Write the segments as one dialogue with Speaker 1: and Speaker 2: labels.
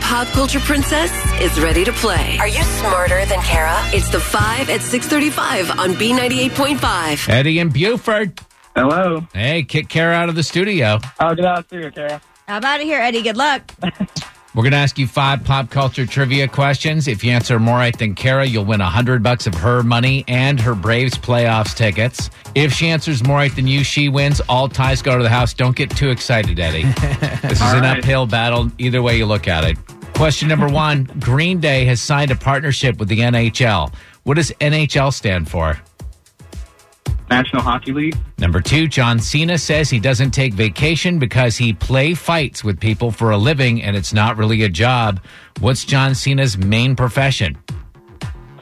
Speaker 1: pop culture princess is ready to play.
Speaker 2: Are you smarter than Kara?
Speaker 1: It's the 5 at 635 on B98.5.
Speaker 3: Eddie and Buford.
Speaker 4: Hello.
Speaker 3: Hey, kick Kara out of the studio.
Speaker 4: I'll Oh, get out through, Kara.
Speaker 5: I'm out of here, Eddie. Good luck.
Speaker 3: We're going to ask you five pop culture trivia questions. If you answer more right than Kara, you'll win 100 bucks of her money and her Braves playoffs tickets. If she answers more right than you, she wins. All ties go to the house. Don't get too excited, Eddie. This is
Speaker 4: All
Speaker 3: an
Speaker 4: right.
Speaker 3: uphill battle, either way you look at it. Question number one Green Day has signed a partnership with the NHL. What does NHL stand for?
Speaker 4: National Hockey League.
Speaker 3: Number two, John Cena says he doesn't take vacation because he play fights with people for a living and it's not really a job. What's John Cena's main profession?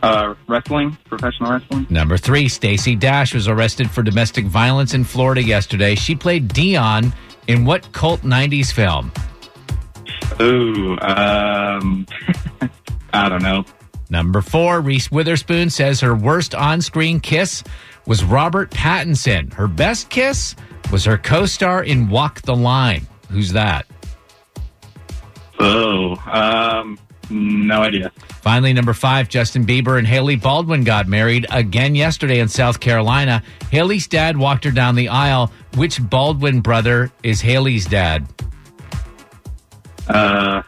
Speaker 4: Uh, wrestling. Professional wrestling.
Speaker 3: Number three, Stacey Dash was arrested for domestic violence in Florida yesterday. She played Dion in what cult 90s film?
Speaker 4: Ooh. Um. I don't know.
Speaker 3: Number four, Reese Witherspoon says her worst on screen kiss was Robert Pattinson. Her best kiss was her co star in Walk the Line. Who's that?
Speaker 4: Oh. Um. No idea.
Speaker 3: Finally, number five, Justin Bieber and Haley Baldwin got married again yesterday in South Carolina. Haley's dad walked her down the aisle. Which Baldwin brother is Haley's dad?
Speaker 4: Uh.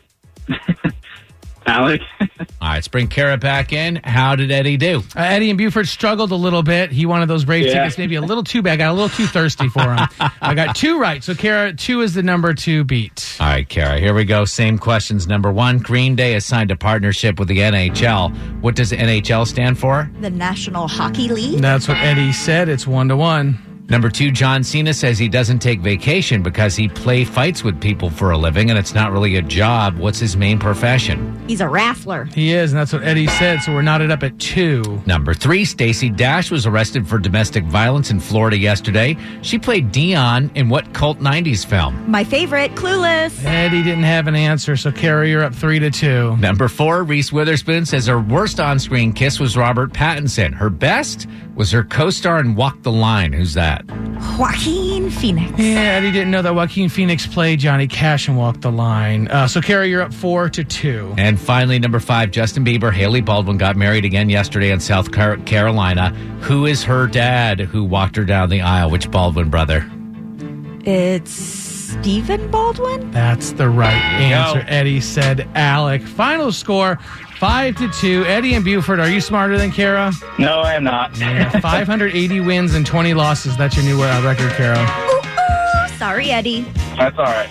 Speaker 4: Alec.
Speaker 3: All right, let's bring Kara back in. How did Eddie do?
Speaker 6: Uh, Eddie and Buford struggled a little bit. He wanted those Brave
Speaker 4: Yeah.
Speaker 6: tickets maybe a little too bad. I got a little too thirsty for him. I got two right. So, Kara, two is the number to beat.
Speaker 3: All right, Kara, here we go. Same questions. Number one, Green Day has signed a partnership with the NHL. What does NHL stand for?
Speaker 5: The National Hockey League.
Speaker 6: That's what Eddie said. It's one to one.
Speaker 3: Number two, John Cena says he doesn't take vacation because he play fights with people for a living and it's not really a job. What's his main profession?
Speaker 5: He's a raffler.
Speaker 6: He is, and that's what Eddie said. So, we're knotted up at two.
Speaker 3: Number three, Stacey Dash was arrested for domestic violence in Florida yesterday. She played Dion in what cult 90s film?
Speaker 5: My favorite, Clueless.
Speaker 6: Eddie didn't have an answer. So, Kara, you're up three to two.
Speaker 3: Number four, Reese Witherspoon says her worst on screen kiss was Robert Pattinson. Her best was her co star in Walk the Line. Who's that?
Speaker 5: Joaquin Phoenix.
Speaker 6: Yeah, Eddie didn't know that Joaquin Phoenix played Johnny Cash and walked the line. Uh, so, Kara, you're up four to two.
Speaker 3: And finally, number five, Justin Bieber, Haley Baldwin got married again yesterday in South Car- Carolina. Who is her dad who walked her down the aisle? Which Baldwin brother?
Speaker 5: It's Stephen Baldwin.
Speaker 6: That's the right
Speaker 3: you
Speaker 6: answer.
Speaker 3: go.
Speaker 6: Eddie said Alec. Final score five to two. Eddie and Buford, are you smarter than Kara?
Speaker 4: No, I am not.
Speaker 6: Yeah, 580 wins and 20 losses. That's your new uh, record, Kara.
Speaker 5: Ooh, ooh. Sorry, Eddie.
Speaker 4: That's all right.